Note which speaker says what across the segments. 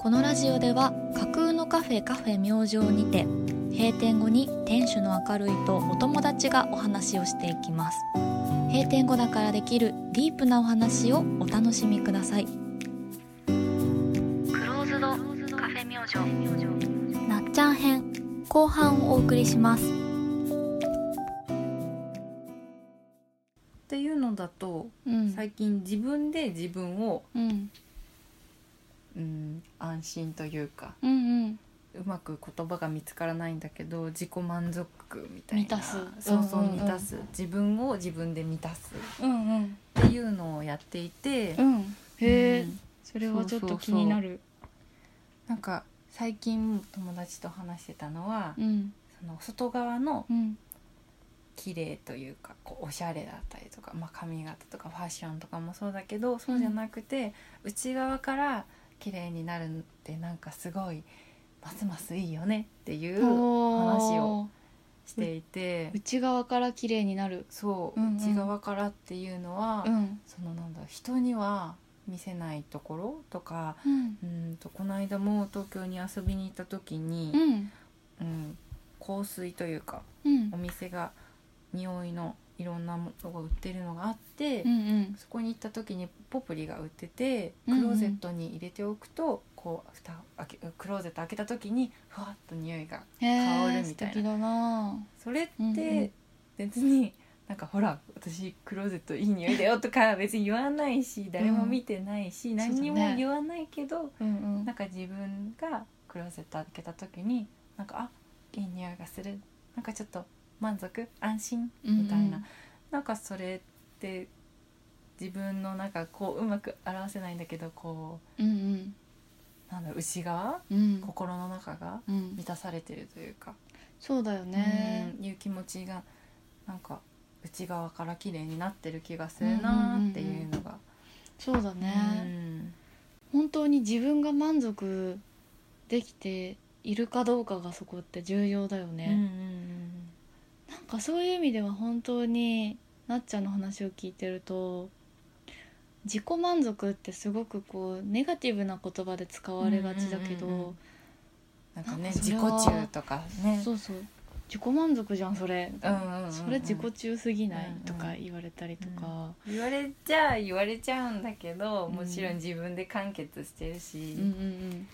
Speaker 1: このラジオでは架空のカフェカフェ明星にて閉店後に店主の明るいとお友達がお話をしていきます閉店後だからできるディープなお話をお楽しみくださいクローズドカフェ明星なっちゃん編後半をお送りします
Speaker 2: っていうのだと、
Speaker 1: うん
Speaker 2: 最近自分で自分を、
Speaker 1: うん
Speaker 2: うん、安心というか
Speaker 1: うんうん
Speaker 2: うまく言葉が見つからないんだけど自己満足みたいな
Speaker 1: 満たす
Speaker 2: そうそう
Speaker 1: うんうんうん
Speaker 2: 満たす、自分を自分で満たす
Speaker 1: うんうん
Speaker 2: っていうのをやっていて、
Speaker 3: うん、へえ、
Speaker 2: うん
Speaker 3: それはちょっと気になる。
Speaker 2: なんか最近友達と話してたのは、
Speaker 3: うん、
Speaker 2: その外側の
Speaker 3: うん、
Speaker 2: 綺麗というかこうおしゃれだったりとか、まあ、髪型とかファッションとかもそうだけどそうじゃなくて、内側から綺麗になるってなんかすごいますますいいよねっていう話を
Speaker 3: おー
Speaker 2: していて、
Speaker 3: 内側から綺麗になる。
Speaker 2: そう、
Speaker 3: うんうん
Speaker 2: 内側からっていうのは、
Speaker 3: うん、
Speaker 2: そのなんだ人には見せないところとか
Speaker 3: うん、
Speaker 2: うんとこの間も東京に遊びに行った時に
Speaker 3: う、ん、
Speaker 2: うん香水というか
Speaker 3: うん
Speaker 2: お、店が匂いのいろんなものが売ってるのがあって。
Speaker 3: うん、
Speaker 2: そこに行った時にポプリが売っててク
Speaker 3: うんうん
Speaker 2: ローゼットに入れておくと、こう蓋を開けクローゼット開けた時にふわっと匂いが
Speaker 3: へえ、
Speaker 2: 香るみたいな
Speaker 3: 素敵だな。
Speaker 2: それって
Speaker 3: うんうん
Speaker 2: 別になんかほら私クローゼットいい匂いだよとか別に言わないし誰も見てないし、何に
Speaker 3: そうだ
Speaker 2: も
Speaker 3: ね
Speaker 2: 言わないけど、
Speaker 3: うん、
Speaker 2: なんか自分がクローゼット開けた時になんかあいい匂いがするなんかちょっと満足安心
Speaker 3: うん、
Speaker 2: みたいな、なんかそれって自分のなんかこううまく表せないんだけどこ
Speaker 3: うん。うん、
Speaker 2: うなんだろう内側
Speaker 3: うん、うん、
Speaker 2: 心の中が
Speaker 3: うん
Speaker 2: 満、たされてるというか、
Speaker 3: そうだよね。
Speaker 2: うんいう気持ちがなんか内側から綺麗になってる気がするなーっていうのが。
Speaker 3: そうだ
Speaker 2: う
Speaker 3: ね。
Speaker 2: ん
Speaker 3: 本当に自分が満足できているかどうかがそこって重要だよね。
Speaker 2: うんうん
Speaker 3: なんかそういう意味では本当になっちゃんの話を聞いてると自己満足ってすごくこうネガティブな言葉で使われがちだけど、
Speaker 2: うんうんうんなんかね
Speaker 3: なんかそ
Speaker 2: 自己
Speaker 3: れは
Speaker 2: 中とかね。
Speaker 3: そうそう自己満足じゃんそれ、
Speaker 2: うんうんうんうん
Speaker 3: それ自己中すぎない
Speaker 2: うんうん
Speaker 3: とか言われたりとか、
Speaker 2: 言われちゃ言われちゃうんだけど、
Speaker 3: うん
Speaker 2: もちろん自分で完結してるし、
Speaker 3: うん、うん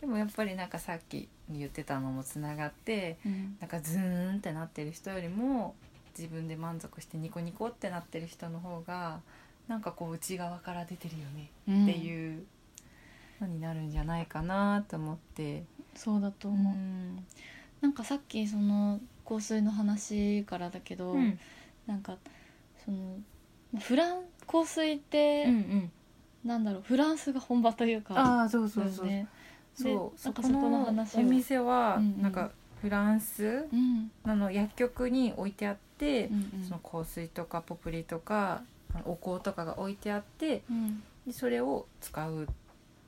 Speaker 2: でもやっぱりなんかさっき言ってたのもつながって
Speaker 3: うんうん
Speaker 2: なんかズーンってなってる人よりも自分で満足してニコニコってなってる人の方がなんかこう内側から出てるよね
Speaker 3: うん
Speaker 2: っていうのになるんじゃないかなと思って。
Speaker 3: そうだと
Speaker 2: う
Speaker 3: 思う、
Speaker 2: ん
Speaker 3: なんかさっきその香水の話からだけど、
Speaker 2: うん
Speaker 3: なんかそのフラン香水って、
Speaker 2: うん
Speaker 3: なんだろうフランスが本場というか
Speaker 2: ああそうそうそう、
Speaker 3: ね
Speaker 2: そう
Speaker 3: で
Speaker 2: そ
Speaker 3: なんか
Speaker 2: こ
Speaker 3: そこの
Speaker 2: の
Speaker 3: 話を
Speaker 2: お店は
Speaker 3: うんうん
Speaker 2: なんかフランス
Speaker 3: うん
Speaker 2: あの薬局に置いてあって
Speaker 3: う、んうん
Speaker 2: その香水とかポプリとかあのお香とかが置いてあって
Speaker 3: うん
Speaker 2: でそれを使う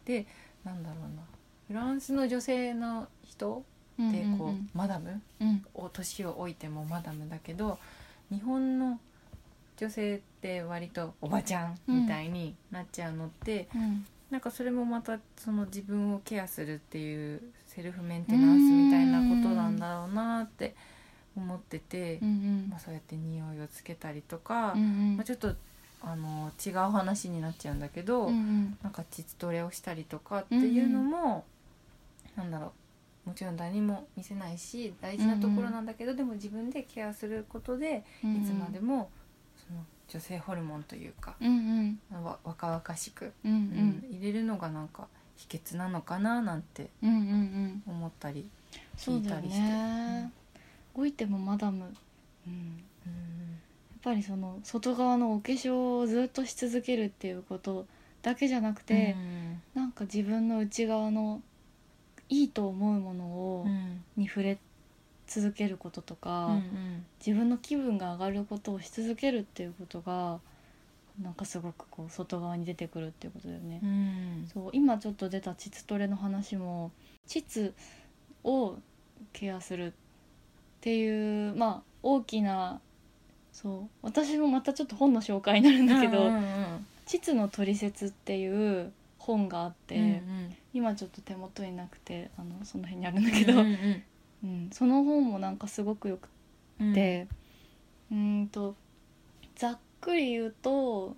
Speaker 2: でなんだろうなフランスの女性の人
Speaker 3: うん
Speaker 2: ってこう、
Speaker 3: うん
Speaker 2: マダム
Speaker 3: うん
Speaker 2: を年を置いてもマダムだけど日本の女性って割とおばちゃんみたいになっちゃうのって、
Speaker 3: うん
Speaker 2: なんかそれもまたその自分をケアするっていうセルフメンテナンスみたいなことなんだろうなって思ってて、
Speaker 3: うんうん
Speaker 2: まあ、そうやって匂いをつけたりとか、
Speaker 3: うんうん
Speaker 2: まあ、ちょっとあの違う話になっちゃうんだけど、
Speaker 3: うんうん
Speaker 2: なんか膣トレをしたりとかっていうのも、なんだろうもちろん誰にも見せないし大事なところなんだけど、でも自分でケアすることで、
Speaker 3: うんうん
Speaker 2: いつまでもその女性ホルモンというか、
Speaker 3: うんうん
Speaker 2: わ若々しく
Speaker 3: うんうん
Speaker 2: 入れるのがなんか秘訣なのかななんて
Speaker 3: うんうんうん
Speaker 2: 思ったり、
Speaker 3: そうだよ
Speaker 2: 聞いたりして
Speaker 3: ね動いてもマダムうん
Speaker 2: うん
Speaker 3: やっぱりその外側のお化粧をずっとし続けるっていうことだけじゃなくて、なんか自分の内側のいいと思うものを、
Speaker 2: うん
Speaker 3: に触れ続けることとか、
Speaker 2: うん
Speaker 3: 自分の気分が上がることをし続けるっていうことがなんかすごくこう外側に出てくるっていうことだよね。
Speaker 2: うん
Speaker 3: そう今ちょっと出た膣トレの話も膣をケアするっていうまあ大きなそう私もまたちょっと本の紹介になるんだけ
Speaker 2: うん
Speaker 3: ど
Speaker 2: うん
Speaker 3: 「膣のトリセツ」っていう本があって、
Speaker 2: うん
Speaker 3: 今ちょっと手元になくてあのその辺にあるんだ
Speaker 2: うん
Speaker 3: けど、
Speaker 2: う
Speaker 3: うんん
Speaker 2: うん
Speaker 3: その本もなんかすごくよく
Speaker 2: うん
Speaker 3: て、うーん、とざっくり言うと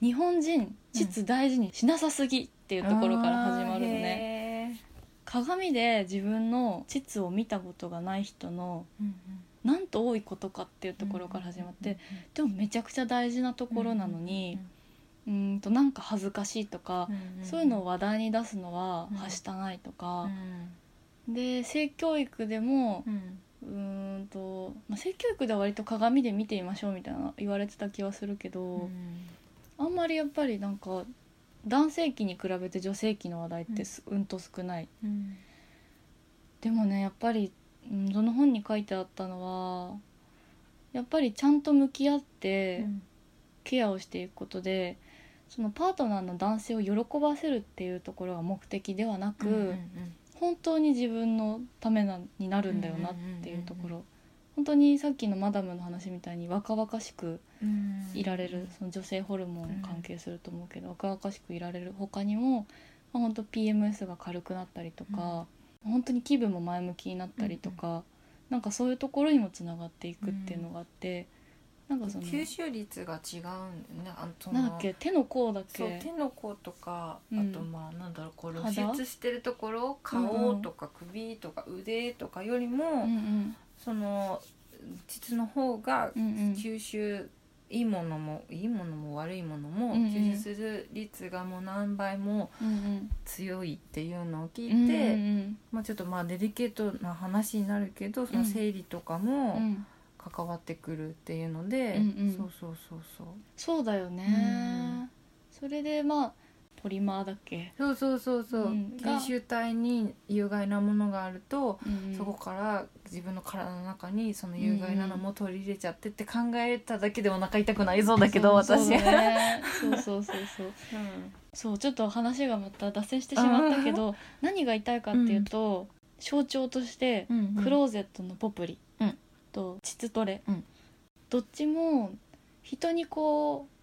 Speaker 3: 日本人膣大事にしなさすぎっていうところから始まるのね。
Speaker 2: ね。
Speaker 3: 鏡で自分の膣を見たことがない人のなんと多いことかっていうところから始まって、でもめちゃくちゃ大事なと
Speaker 2: と
Speaker 3: ころなのに、うーんとなんか恥ずかしいとか、そういうのを話題に出すのは
Speaker 2: うん
Speaker 3: はしたないとか、で性教育でもうーんと、まあ、性教育では割と鏡で見てみましょうみたいな言われてた気はするけど、あんまりやっぱりなんか男性器に比べて女性器の話題ってすうんと少ない。でもねやっぱり、うん、その本に書いてあったのはやっぱりちゃんと向き合ってケアをしていくことで、そのパートナーの男性を喜ばせるっていうところが目的ではなく、本当に自分のためなになるんだよなっていうところ、
Speaker 2: うんうんうん
Speaker 3: 本当にさっきのマダムの話みたいに若々しくいられる、その女性ホルモン関係すると思うけど、若々しくいられる他にも、まあ、本当 PMS が軽くなったりとか、本当に気分も前向きになったりとか、なんかそういうところにもつながっていくっていうのがあって、なんかその
Speaker 2: 吸収率が違うんだよねあのその
Speaker 3: なんだっけ手の甲だっ
Speaker 2: そう
Speaker 3: け
Speaker 2: 手の甲とか、
Speaker 3: うん
Speaker 2: あとまあなんだろうこう露
Speaker 3: 肌
Speaker 2: 出してるところ
Speaker 3: うんう
Speaker 2: 顔
Speaker 3: ん
Speaker 2: とか首とか腕とかよりも、
Speaker 3: うんうん
Speaker 2: その膣の方が
Speaker 3: うんうん
Speaker 2: 吸収いいものもいいものも悪いものも
Speaker 3: うんうん
Speaker 2: 吸収する率がもう何倍も
Speaker 3: うんうん
Speaker 2: 強いっていうのを聞
Speaker 3: うんうん
Speaker 2: いて、
Speaker 3: うん
Speaker 2: まあ、ちょっとまあデリケートな話になるけどその生理とか
Speaker 3: う
Speaker 2: も
Speaker 3: ん
Speaker 2: 関わってくるっていうので、
Speaker 3: うんうん
Speaker 2: そうそうそうそう
Speaker 3: そうだよね、
Speaker 2: うん
Speaker 3: それでまあポリマーだっけ、
Speaker 2: そうそうそうそう、
Speaker 3: うんが
Speaker 2: 吸収体に有害なものがあると、
Speaker 3: うん
Speaker 2: そこから自分の体の中にその有害なのも取り入れちゃってって考えただけでお腹痛くなりそうだけど
Speaker 3: そう
Speaker 2: 私
Speaker 3: そうだねそうそうそうそうそうちょっと話がまた脱線してしまったけど何が痛いかっていうと、象徴としてクローゼットのポプリ
Speaker 2: うん
Speaker 3: と膣トレ、
Speaker 2: うん
Speaker 3: どっちも人にこう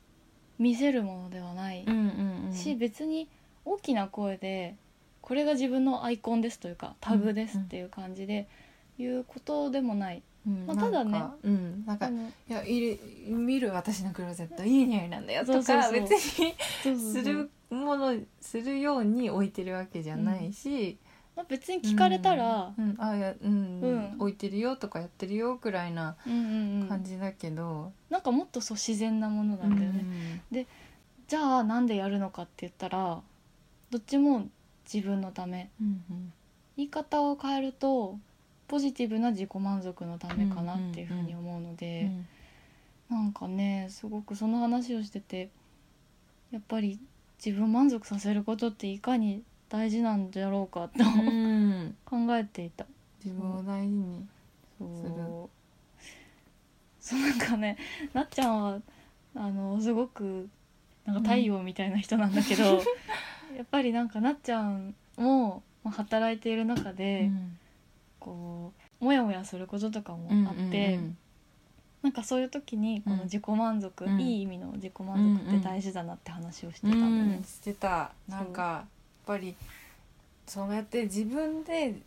Speaker 3: 見せるものではない
Speaker 2: うんうんうん
Speaker 3: し、別に大きな声でこれが自分のアイコンですというかタグですっていう感じで言うことでもない。
Speaker 2: うん
Speaker 3: まあただね
Speaker 2: なんかうんなんか
Speaker 3: でも
Speaker 2: いや入れ見る私のクローゼットいい匂いなんだよと
Speaker 3: そう
Speaker 2: か
Speaker 3: そうそう
Speaker 2: 別に
Speaker 3: そうそうそ
Speaker 2: す
Speaker 3: う
Speaker 2: るものするように置いてるわけじゃないし
Speaker 3: まあ別に聞かれたら、
Speaker 2: うんうんあいやうん
Speaker 3: うん
Speaker 2: 置いてるよとかやってるよくらいな
Speaker 3: うんうんうん
Speaker 2: 感じだけど
Speaker 3: なんかもっとそう自然なものなんだよね。じゃあなんでやるのかって言ったらどっちも自分のため
Speaker 2: うんうん
Speaker 3: 言い方を変えるとポジティブな自己満足のためかなっていうふうに思うので、
Speaker 2: うん
Speaker 3: なんかねすごくその話をしててやっぱり自分を満足させることっていかに大事なんだろうかと
Speaker 2: うん
Speaker 3: 考えていた。
Speaker 2: 自分を大事に
Speaker 3: そうそうなんかねなっちゃんはあのすごくなんか太陽みたいな人なんだけど、 やっぱりなんかなっちゃんも、まあ、働いている中で、
Speaker 2: うん
Speaker 3: こうモヤモヤすることとかもあって、なんかそういう時にこ
Speaker 2: うん
Speaker 3: の自己満足、
Speaker 2: うん
Speaker 3: いい意味の自己満足って大事だなって話をしてたんだよね。
Speaker 2: してたなんかやっぱりそうやって自分で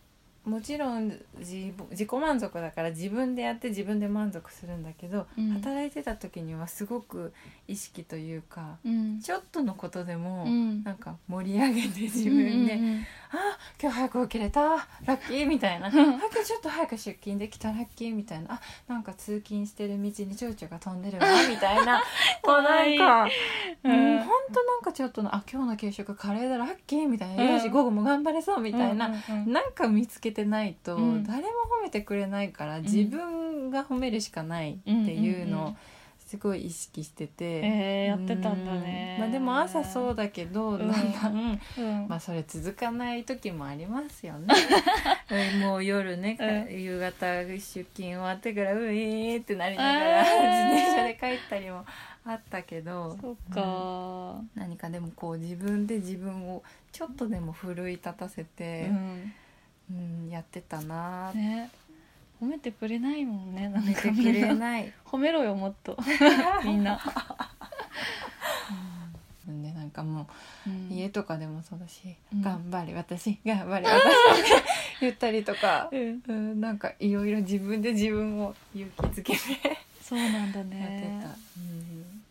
Speaker 2: もちろん自自己満足だから自分でやって自分で満足するんだけど、
Speaker 3: うん
Speaker 2: 働いてた時にはすごく意識というか
Speaker 3: うん
Speaker 2: ちょっとのことでも、
Speaker 3: うん
Speaker 2: なんか盛り上げて自分で「
Speaker 3: うんうんうん
Speaker 2: あ今日早く起きれたラッキー」みたいな「あ今日ちょっと早く出勤できたラッキー」みたいな「あなんか通勤してる道に蝶々が飛んでるわ」みた いなこうなんか。
Speaker 3: う
Speaker 2: うんん、ほんとなんかちょっとのあ今日の給食カレーだラッキーみたいな、
Speaker 3: うん
Speaker 2: よし午後も頑張れそうみたいな、
Speaker 3: うんうん
Speaker 2: なんか見つけてないと、
Speaker 3: うん
Speaker 2: 誰も褒めてくれないから自分が褒めるしかないっていう
Speaker 3: うんうんう
Speaker 2: のを
Speaker 3: ん
Speaker 2: すごい意識してて、
Speaker 3: えーやってたんだね
Speaker 2: うんまあ、でも朝そうだけど、
Speaker 3: うん
Speaker 2: だんだん、
Speaker 3: うん
Speaker 2: まあ、それ続かない時もありますよ ねうんもう夜ね、
Speaker 3: う
Speaker 2: 夕方出勤終わってからうえーってなりながら、
Speaker 3: えー
Speaker 2: 自転車で帰ったりもあったけど。
Speaker 3: そうんか、
Speaker 2: 何かでもこう自分で自分をちょっとでも奮い立たせ
Speaker 3: う
Speaker 2: て、
Speaker 3: ん
Speaker 2: うんやってたなー
Speaker 3: ね褒めてくれないもんねな
Speaker 2: 褒
Speaker 3: ん
Speaker 2: め
Speaker 3: か
Speaker 2: て
Speaker 3: み
Speaker 2: く
Speaker 3: ん
Speaker 2: れ
Speaker 3: な
Speaker 2: ない
Speaker 3: 褒めろよもっとみんな
Speaker 2: うんでなんかも
Speaker 3: うん
Speaker 2: う家とかでもそうだし「
Speaker 3: うん
Speaker 2: 頑張れ私頑張れ私」って 言ったりとか、
Speaker 3: うん
Speaker 2: うん、なんかいろいろ自分で自分を勇気づけて
Speaker 3: そうなんだ
Speaker 2: やって
Speaker 3: ね
Speaker 2: た、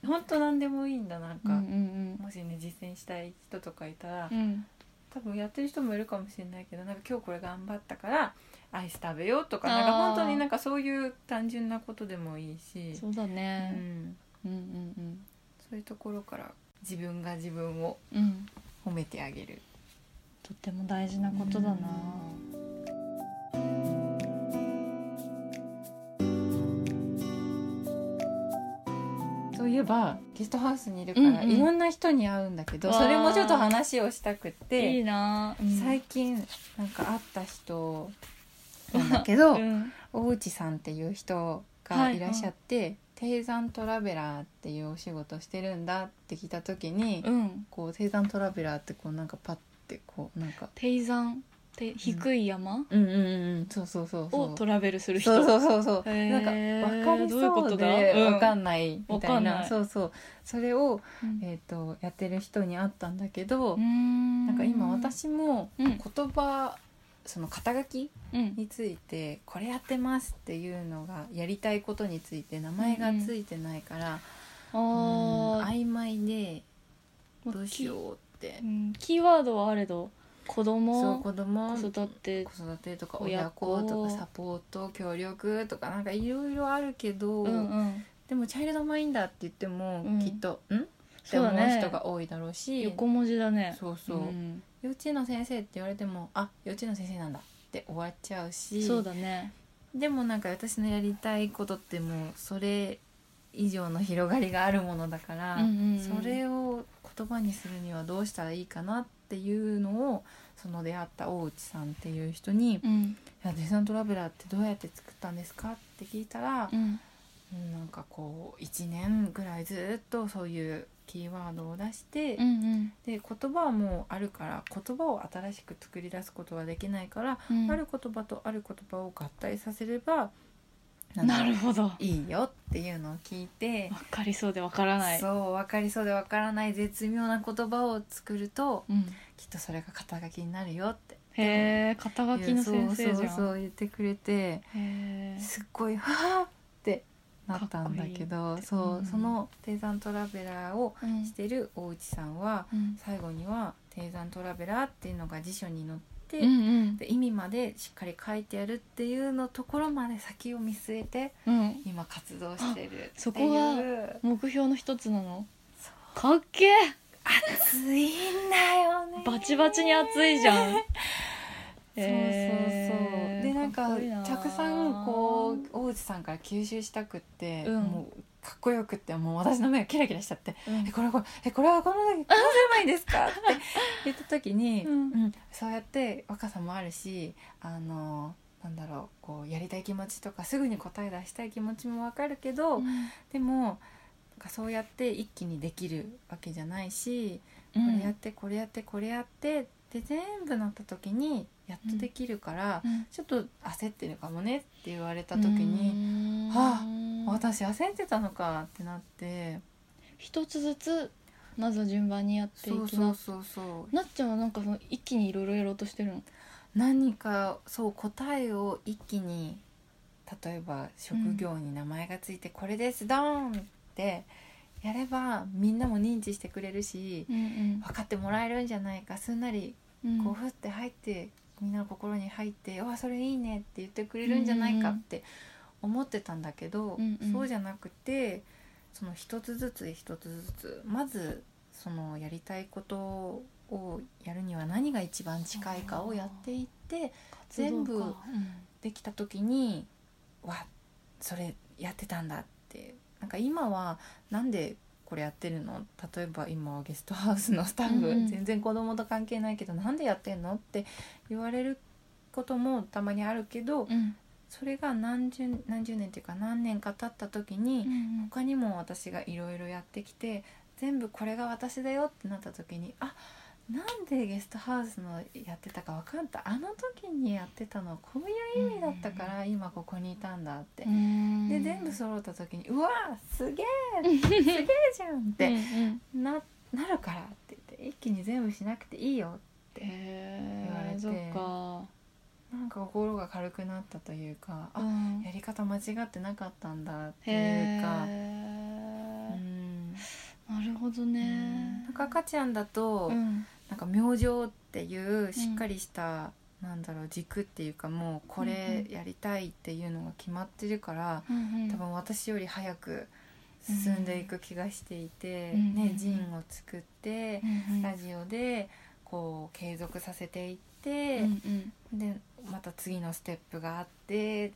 Speaker 2: うん、本当なんでもいいんだなん
Speaker 3: う
Speaker 2: か、
Speaker 3: んうん
Speaker 2: もしね実践したい人とかいたら、
Speaker 3: うんうん
Speaker 2: 多分やってる人もいるかもしれないけどなんか今日これ頑張ったからアイス食べようとか
Speaker 3: あー
Speaker 2: なんか本当になんかそういう単純なことでもいいし
Speaker 3: そうだ
Speaker 2: う
Speaker 3: ね、
Speaker 2: ん、
Speaker 3: うん、うんうん
Speaker 2: そういうところから自分が自分を
Speaker 3: うん
Speaker 2: 褒めてあげる
Speaker 3: とっても大事なことだな、
Speaker 2: そういえばゲストハウスにいるから、
Speaker 3: うんうん
Speaker 2: いろんな人に会うんだけど
Speaker 3: わー
Speaker 2: それもちょっと話をしたくって
Speaker 3: いいな、うん
Speaker 2: 最近なんか会った人なんだけど、
Speaker 3: うん
Speaker 2: 大内さんっていう人がいらっしゃって、低山トラベラーっていうお仕事してるんだって聞いた時に、
Speaker 3: うん
Speaker 2: こう低山トラベラーってこうなんかパッてこうなんか
Speaker 3: 低山て低い山
Speaker 2: うんうんうんそうそうそうそ
Speaker 3: を
Speaker 2: う
Speaker 3: トラベルする人
Speaker 2: そうそうそうそう
Speaker 3: へー
Speaker 2: なんか分かり
Speaker 3: どういうこ
Speaker 2: そ
Speaker 3: と
Speaker 2: う
Speaker 3: だ
Speaker 2: で
Speaker 3: うん
Speaker 2: 分かんないみた
Speaker 3: わか
Speaker 2: い
Speaker 3: ん
Speaker 2: な,、
Speaker 3: ない
Speaker 2: そうそうそれを、
Speaker 3: うん
Speaker 2: えー、とやってる人に会ったんだけど、
Speaker 3: うん
Speaker 2: なんか今私も
Speaker 3: うん
Speaker 2: 言葉その肩書き
Speaker 3: うん
Speaker 2: についてこれやってますっていうのがやりたいことについて名前がついてないから、
Speaker 3: あ
Speaker 2: うん
Speaker 3: ー
Speaker 2: 曖昧で
Speaker 3: もう
Speaker 2: どうしようって
Speaker 3: きうんキーワードはあれど子
Speaker 2: そう
Speaker 3: 供
Speaker 2: 子供
Speaker 3: 子育て
Speaker 2: 子育てとか
Speaker 3: 親
Speaker 2: 親
Speaker 3: 子
Speaker 2: 子とかサポート協力とかなんかいろいろあるけど、
Speaker 3: うんうん
Speaker 2: でもチャイルドマインダーって言っても
Speaker 3: うん
Speaker 2: きっと、んって
Speaker 3: そう
Speaker 2: 思
Speaker 3: だ
Speaker 2: う
Speaker 3: ね
Speaker 2: 人が多いだろうし
Speaker 3: 横文字だね
Speaker 2: そうそう、
Speaker 3: ん
Speaker 2: 幼稚園の先生って言われてもあ幼稚園の先生なんだって終わっちゃうし
Speaker 3: そうだね
Speaker 2: でもなんか私のやりたいことってもうそれ以上の広がりがあるものだから、
Speaker 3: うんうんうん
Speaker 2: それを言葉にするにはどうしたらいいかなっていうのをその出会った大内さんっていう人に
Speaker 3: うん
Speaker 2: 「いやデザイントラベラーってどうやって作ったんですか?」って聞いたら
Speaker 3: う、ん
Speaker 2: うんなんかこう1年ぐらいずっとそういうキーワードを出して、
Speaker 3: うんうん
Speaker 2: で言葉はもうあるから言葉を新しく作り出すことはできないから、
Speaker 3: うん
Speaker 2: ある言葉とある言葉を合体させればんか
Speaker 3: なるほどわ
Speaker 2: いいよっていうのを聞いて、
Speaker 3: かりそうでわからない
Speaker 2: そう分かりそうで分からない絶妙な言葉を作ると
Speaker 3: うん
Speaker 2: きっとそれが肩書きになるよって
Speaker 3: へえ肩書きの先生
Speaker 2: そ
Speaker 3: じ
Speaker 2: う
Speaker 3: ゃ
Speaker 2: そうんそう言ってくれて
Speaker 3: へえ
Speaker 2: すっごい「はあ!」ってなったんだけ
Speaker 3: かっこいい
Speaker 2: ど
Speaker 3: って
Speaker 2: そう、
Speaker 3: うん
Speaker 2: その「低山トラベラー」を
Speaker 3: うん
Speaker 2: してる大内さんは
Speaker 3: うん
Speaker 2: 最後には「低山トラベラー」っていうのが辞書に載って。
Speaker 3: うんうん
Speaker 2: で意味までしっかり書いてやるっていうのところまで先を見据えて
Speaker 3: うん
Speaker 2: 今活動してるっていう
Speaker 3: あそこが目標の一つなの
Speaker 2: そう
Speaker 3: かっけえ
Speaker 2: 暑いんだよね
Speaker 3: バチバチに熱いじ ゃんへえ
Speaker 2: そうそうそうでなんか
Speaker 3: っこいいな
Speaker 2: 着さんこう大内さんから吸収したくって、
Speaker 3: うん
Speaker 2: もうかっこよくってもう私の目がキラキラしちゃって
Speaker 3: うん
Speaker 2: 「えこれこれえこれはこの時どうすればいいんですか?」って 言った時に、
Speaker 3: うん
Speaker 2: うんそうやって若さもあるしあのなんだろうこうやりたい気持ちとかすぐに答え出したい気持ちもわかるけど、
Speaker 3: うん
Speaker 2: でもなんかそうやって一気にできるわけじゃないし、
Speaker 3: う
Speaker 2: これやっ
Speaker 3: ん
Speaker 2: てこれやってこれやってで全部なった時にやっとできるから、
Speaker 3: うん
Speaker 2: ちょっと焦ってるかもねって言われた時に、は私焦ってたのかってなって、
Speaker 3: 一つずつまずは順番にやっていき
Speaker 2: そ
Speaker 3: な
Speaker 2: うそうそうそう
Speaker 3: なっちゃんはなんかその一気にいろいろやろうとしてるの
Speaker 2: 何かそう答えを一気に例えば職業に名前がついて「これですドーン!」ってやればみんなも認知してくれるし、
Speaker 3: うん
Speaker 2: 分かってもらえるんじゃないかすんなり
Speaker 3: うん
Speaker 2: こうふって入ってみんなの心に入って「わそれいいね」って言ってくれるんじゃないかって思ってたんだけど、
Speaker 3: うんうん
Speaker 2: そうじゃなくてその一つずつ一つずつまずそのやりたいことをやるには何が一番近いかをやっていって
Speaker 3: 活動
Speaker 2: 全部
Speaker 3: か
Speaker 2: できた時に「わそれやってたんだ」ってなんか今はなんでこれやってるの例えば今はゲストハウスのスタッフ、
Speaker 3: うんうん
Speaker 2: 全然子供と関係ないけどなんでやってんのって言われることもたまにあるけど
Speaker 3: うん
Speaker 2: それが何十何十年っていうか何年か経った時に、
Speaker 3: うん
Speaker 2: 他にも私がいろいろやってきて全部これが私だよってなった時にあなんでゲストハウスのやってたか分かったあの時にやってたのはこういう意味だったから今ここにいたんだって
Speaker 3: う、ん
Speaker 2: で全部揃っ た時にうわすげえすげえじゃんって
Speaker 3: うん
Speaker 2: ななるからって一気に全部しなくていいよ
Speaker 3: へ
Speaker 2: 言われ
Speaker 3: え
Speaker 2: て
Speaker 3: そっか
Speaker 2: なんか心が軽くなったというかあ、
Speaker 3: うん
Speaker 2: やり方間違ってなかったんだってい
Speaker 3: へ
Speaker 2: うか、
Speaker 3: え
Speaker 2: うん
Speaker 3: なるほど
Speaker 2: うん
Speaker 3: ね
Speaker 2: なんか赤ちゃんだと、
Speaker 3: うん
Speaker 2: なんか明星っていうしっかりした、なんだろう軸っていうかもうこれやりたいっていうのが決まってるから、
Speaker 3: うんうん
Speaker 2: 多分私より早く進んでいく気がしていて、
Speaker 3: うん
Speaker 2: ね
Speaker 3: う、ん
Speaker 2: ジンを作って
Speaker 3: う、んうん
Speaker 2: ラジオでこう継続させていって、
Speaker 3: うんうん
Speaker 2: でまた次のステップがあって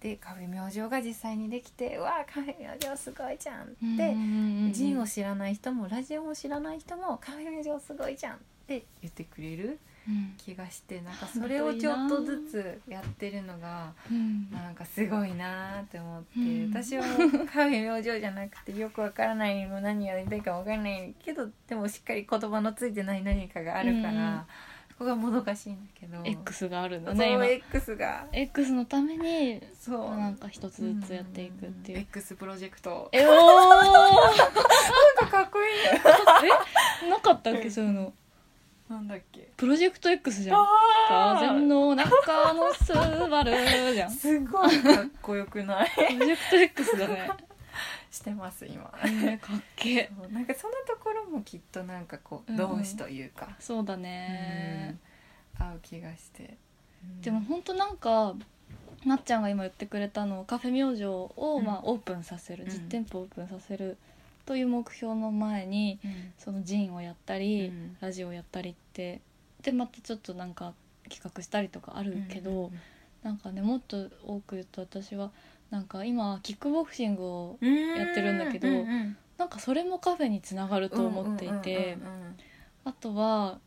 Speaker 2: でカフェ明星が実際にできて「うわあカフェ明星すごいじゃん」って、
Speaker 3: で
Speaker 2: ジンを知らない人もラジオも知らない人も「カフェ明星すごいじゃん」って言ってくれる気がしてなんかそれをちょっとずつやってるのがなんかすごいなーって思って、
Speaker 3: うん
Speaker 2: 私はもうカフェ明星じゃなくてよくわからないもう何やりたいかわからないけどでもしっかり言葉のついてない何かがあるから、
Speaker 3: うん
Speaker 2: そこがもどかしいんだけど。
Speaker 3: X があるん
Speaker 2: そ
Speaker 3: だ
Speaker 2: の
Speaker 3: ね今
Speaker 2: X が
Speaker 3: X のために
Speaker 2: そう
Speaker 3: なんか一つずつやっていくってい
Speaker 2: ん
Speaker 3: う
Speaker 2: X プロジェ クト
Speaker 3: えおー
Speaker 2: なんかかっこいいね
Speaker 3: えなかったっけそういうの
Speaker 2: なんだっけ
Speaker 3: プロジェクト X じゃん
Speaker 2: あ
Speaker 3: 風の中のスバルじゃん
Speaker 2: すごいかっこよくない
Speaker 3: プロジェクト X だ ね
Speaker 2: してます今
Speaker 3: えーかっけ
Speaker 2: そうなんかそんなところもきっとなんかこう
Speaker 3: うん
Speaker 2: 同志というか、
Speaker 3: そうだね
Speaker 2: うん合う気がして、うん
Speaker 3: でもほんとなんかなっちゃんが今言ってくれたのカフェ明星を
Speaker 2: うん
Speaker 3: まあオープンさせる、
Speaker 2: うん
Speaker 3: 実店舗をオープンさせるという目標の前に
Speaker 2: うん
Speaker 3: そのジンをやった
Speaker 2: う
Speaker 3: り、
Speaker 2: ん
Speaker 3: ラジオやったりってでまたちょっとなんか企画したりとかあるけど、なんかねもっと多く言うと私はなんか今キックボクシングを
Speaker 2: うん
Speaker 3: やってるんだけど
Speaker 2: ううん
Speaker 3: なんかそれもカフェにつながると思っていて、
Speaker 2: うんうんうんうん
Speaker 3: あとは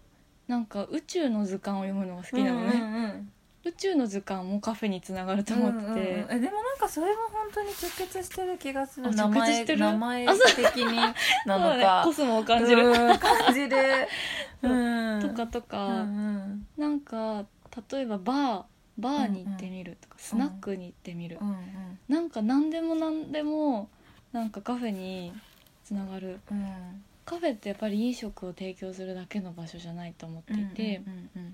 Speaker 3: なんか宇宙の図鑑を読むのが好きなのね、
Speaker 2: うんうんうん
Speaker 3: 宇宙の図鑑もカフェにつながると思ってて、
Speaker 2: うんうんうんえでもなんかそれも本当に直結してる気がする
Speaker 3: あ
Speaker 2: 名
Speaker 3: 直結
Speaker 2: 前
Speaker 3: してる
Speaker 2: 名前
Speaker 3: あ
Speaker 2: 的に
Speaker 3: そ
Speaker 2: な
Speaker 3: うだ
Speaker 2: の
Speaker 3: ね
Speaker 2: か
Speaker 3: コスモを感じる、
Speaker 2: うん感じるうん
Speaker 3: とかと
Speaker 2: う
Speaker 3: か、
Speaker 2: ん
Speaker 3: なんか例えばバーバーに行ってみるとか、スナックに行ってみる、
Speaker 2: うんうん
Speaker 3: なんか何でも何でもなんかカフェにつながる
Speaker 2: うん
Speaker 3: カフェってやっぱり飲食を提供するだけの場所じゃないと思っていて、
Speaker 2: うんうん
Speaker 3: なん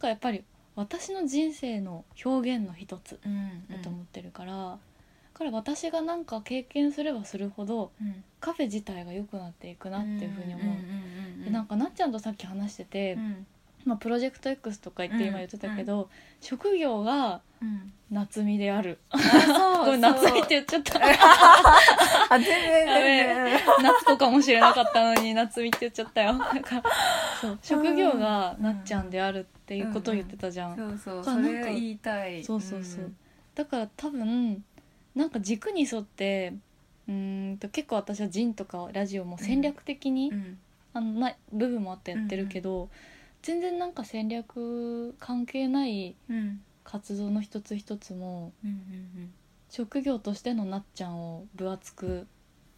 Speaker 3: かやっぱり私の人生の表現の一つ
Speaker 2: うん
Speaker 3: だと思ってるから、だから私がなんか経験すればするほど
Speaker 2: うん
Speaker 3: カフェ自体が良くなっていくなっていうふうに思う、
Speaker 2: んん
Speaker 3: でなんかなっちゃんとさっき話してて、
Speaker 2: うん
Speaker 3: まあ、プロジェクト X とか言って今言ってたけど、職業が
Speaker 2: うん
Speaker 3: 夏美である
Speaker 2: あそう
Speaker 3: これ夏美
Speaker 2: そう
Speaker 3: って言っちゃった
Speaker 2: あ全然全然
Speaker 3: 夏子かもしれなかったのに夏美って言っちゃったよなんかそう職業がなっちゃんであるっていうことを言ってたじゃん、
Speaker 2: そうそう
Speaker 3: そう
Speaker 2: それ
Speaker 3: なんか
Speaker 2: 言いたい
Speaker 3: そうそうそう、だから多分なんか軸に沿ってうーんと結構私はジンとかラジオも戦略的に、
Speaker 2: うん
Speaker 3: あのな部分もあってやってるけど、全然なんか戦略関係ない
Speaker 2: うんうん
Speaker 3: 活動の一つ一つも
Speaker 2: うんうん
Speaker 3: 職業としてのなっちゃんを分厚く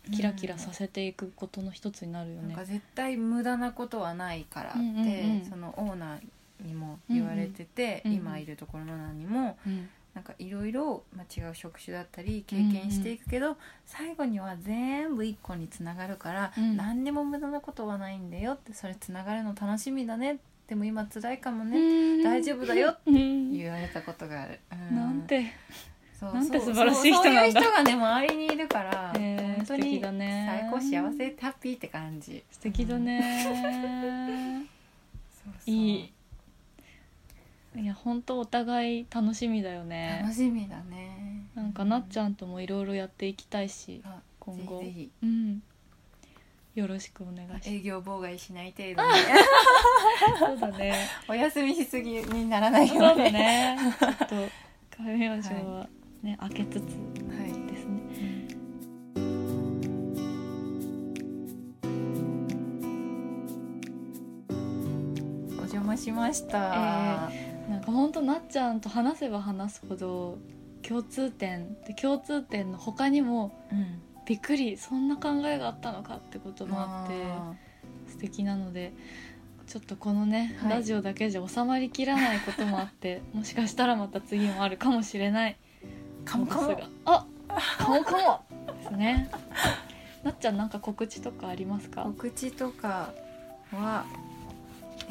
Speaker 2: うん
Speaker 3: キラキラさせていくことの一つになるよ
Speaker 2: なん
Speaker 3: ね
Speaker 2: か。絶対無駄なことはないからって、
Speaker 3: うんうんうん
Speaker 2: そのオーナーにも言われてて、
Speaker 3: うんうん
Speaker 2: 今いるところのオーナーにも
Speaker 3: うん
Speaker 2: なんかいろいろまあ違う職種だったり経験していくけど、最後には全部一個につながるから、
Speaker 3: うん
Speaker 2: 何にも無駄なことはないんだよってそれつながるの楽しみだねでも今辛いかもね、
Speaker 3: 大
Speaker 2: 大丈夫だよって
Speaker 3: 言
Speaker 2: 言われたことがある、うん
Speaker 3: なんて
Speaker 2: そう
Speaker 3: なんて
Speaker 2: そう
Speaker 3: 素晴らしい人なんだ
Speaker 2: そうそういう人がね周りにいるから、
Speaker 3: へー
Speaker 2: 本当
Speaker 3: 素敵
Speaker 2: に
Speaker 3: だね
Speaker 2: 最高幸せハッピーって感じ
Speaker 3: 素敵だ、ね
Speaker 2: うんそうそう
Speaker 3: いいいや本当お互い楽しみだよ
Speaker 2: 楽
Speaker 3: ね
Speaker 2: しみだね
Speaker 3: なんかなっち
Speaker 2: ゃ
Speaker 3: ゃんともいろいろやっていきたいし
Speaker 2: あ
Speaker 3: 今
Speaker 2: ぜ
Speaker 3: 後
Speaker 2: ひぜひ
Speaker 3: うんよろしくお願いし
Speaker 2: 営業妨害しない程 度に
Speaker 3: ますそうだね
Speaker 2: お休みしすぎにならないよ
Speaker 3: そううだ
Speaker 2: に
Speaker 3: ねちょっと亀明星はね開けつつ
Speaker 2: はい
Speaker 3: ですね
Speaker 2: お邪魔しました、
Speaker 3: なんか本当なっちゃんと話せば話すほど共通点で共通点の他にも
Speaker 2: うん
Speaker 3: びっくりそんな考えがあったのかってこともあって
Speaker 2: あ
Speaker 3: 素敵なのでちょっとこのね、
Speaker 2: はい
Speaker 3: ラジオだけじゃ収まりきらないこともあって もしかしたらまた次もあるかもしれない
Speaker 2: ーかも
Speaker 3: で
Speaker 2: かも
Speaker 3: すがあかもかもですねなっちゃんなんか告知とかありますか
Speaker 2: お口とかは、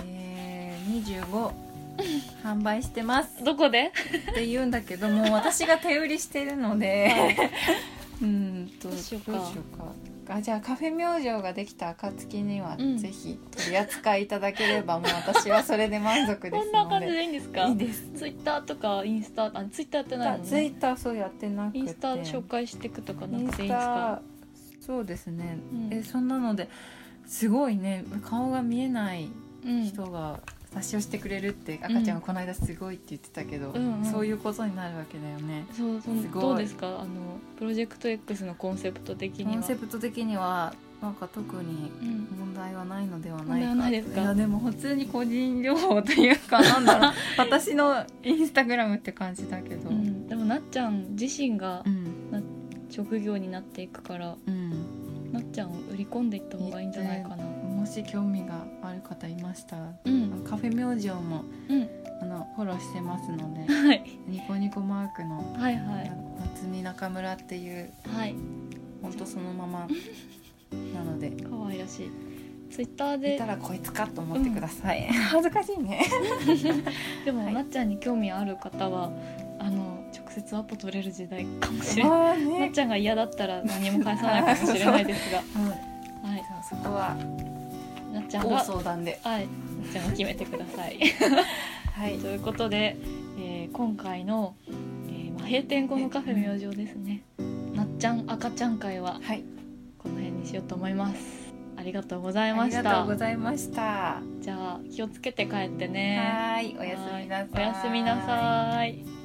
Speaker 2: えー、25 販売してます
Speaker 3: どこで
Speaker 2: って言うんだけどもう私が手売りしてるのでうんと
Speaker 3: どうしようか
Speaker 2: かあじゃあカフェ明星ができた暁には、
Speaker 3: うん
Speaker 2: ぜひ取り扱いいただければもう私はそれで満足で
Speaker 3: こん
Speaker 2: すので
Speaker 3: な感じでいいんですか
Speaker 2: いいです
Speaker 3: ツイッターとかインスタあツイッターやってないの
Speaker 2: ツイ
Speaker 3: ね
Speaker 2: ッターそうやってなくて
Speaker 3: インスタ紹介していくとかな
Speaker 2: イン
Speaker 3: く
Speaker 2: ス
Speaker 3: ていいんですか
Speaker 2: タそうですね、
Speaker 3: うん
Speaker 2: えそんなのですごいね顔が見えない
Speaker 3: うん
Speaker 2: 人が冊子をしてくれるって、赤ちゃん
Speaker 3: うん
Speaker 2: がこの間すごいって言ってたけど、
Speaker 3: うんうん
Speaker 2: そういうことになるわけだよね
Speaker 3: そうそ
Speaker 2: す
Speaker 3: う
Speaker 2: ごい
Speaker 3: どうですかあのプロジェクト X のコンセプト的
Speaker 2: コ
Speaker 3: には
Speaker 2: ンセプト的にはなんか特に
Speaker 3: うん
Speaker 2: 問題はないのではない
Speaker 3: 問題
Speaker 2: か
Speaker 3: はないですか
Speaker 2: やでも普通に個人情報というかなんだ ろう私のインスタグラムって感じだけど
Speaker 3: う
Speaker 2: うん
Speaker 3: んでもなっちゃん自身が
Speaker 2: うん、
Speaker 3: 職業になっていくからなっちゃんを売り込んでいった方がいいんじゃないかな
Speaker 2: もし興味がある方いましたら
Speaker 3: うん
Speaker 2: カフェ明星も
Speaker 3: うん
Speaker 2: あのフォローしてますの で
Speaker 3: はい
Speaker 2: ニコニコマークの
Speaker 3: はいはい
Speaker 2: 夏美中村っていう
Speaker 3: はい
Speaker 2: 本当そのままなので
Speaker 3: 可愛らしいツイッター
Speaker 2: い
Speaker 3: で
Speaker 2: たらこいつかと思ってください、 恥ずかしいね
Speaker 3: でも、
Speaker 2: はい
Speaker 3: なっちゃんに興味ある方はあの直接アポ取れる時代かもしれない
Speaker 2: あ
Speaker 3: な
Speaker 2: あ
Speaker 3: っ
Speaker 2: ね
Speaker 3: ちゃんが嫌だったら何も返さないかもしれない ですが
Speaker 2: うん
Speaker 3: はい
Speaker 2: じゃあそこは
Speaker 3: なっちゃん
Speaker 2: ご
Speaker 3: が
Speaker 2: 相談で
Speaker 3: はいなっちゃんが決めてください
Speaker 2: はい
Speaker 3: ということで、えー今回の、えーまあ、閉店後のカフェ明星ですねなっちゃん赤ちゃん会は
Speaker 2: はい
Speaker 3: この辺にしようと思いますありがとうござい
Speaker 2: あ
Speaker 3: ま
Speaker 2: り
Speaker 3: し
Speaker 2: がとう
Speaker 3: た
Speaker 2: ございましたは
Speaker 3: じゃあ気をつけて帰ってね
Speaker 2: ーいおやすみなさい
Speaker 3: はいおやすみなさい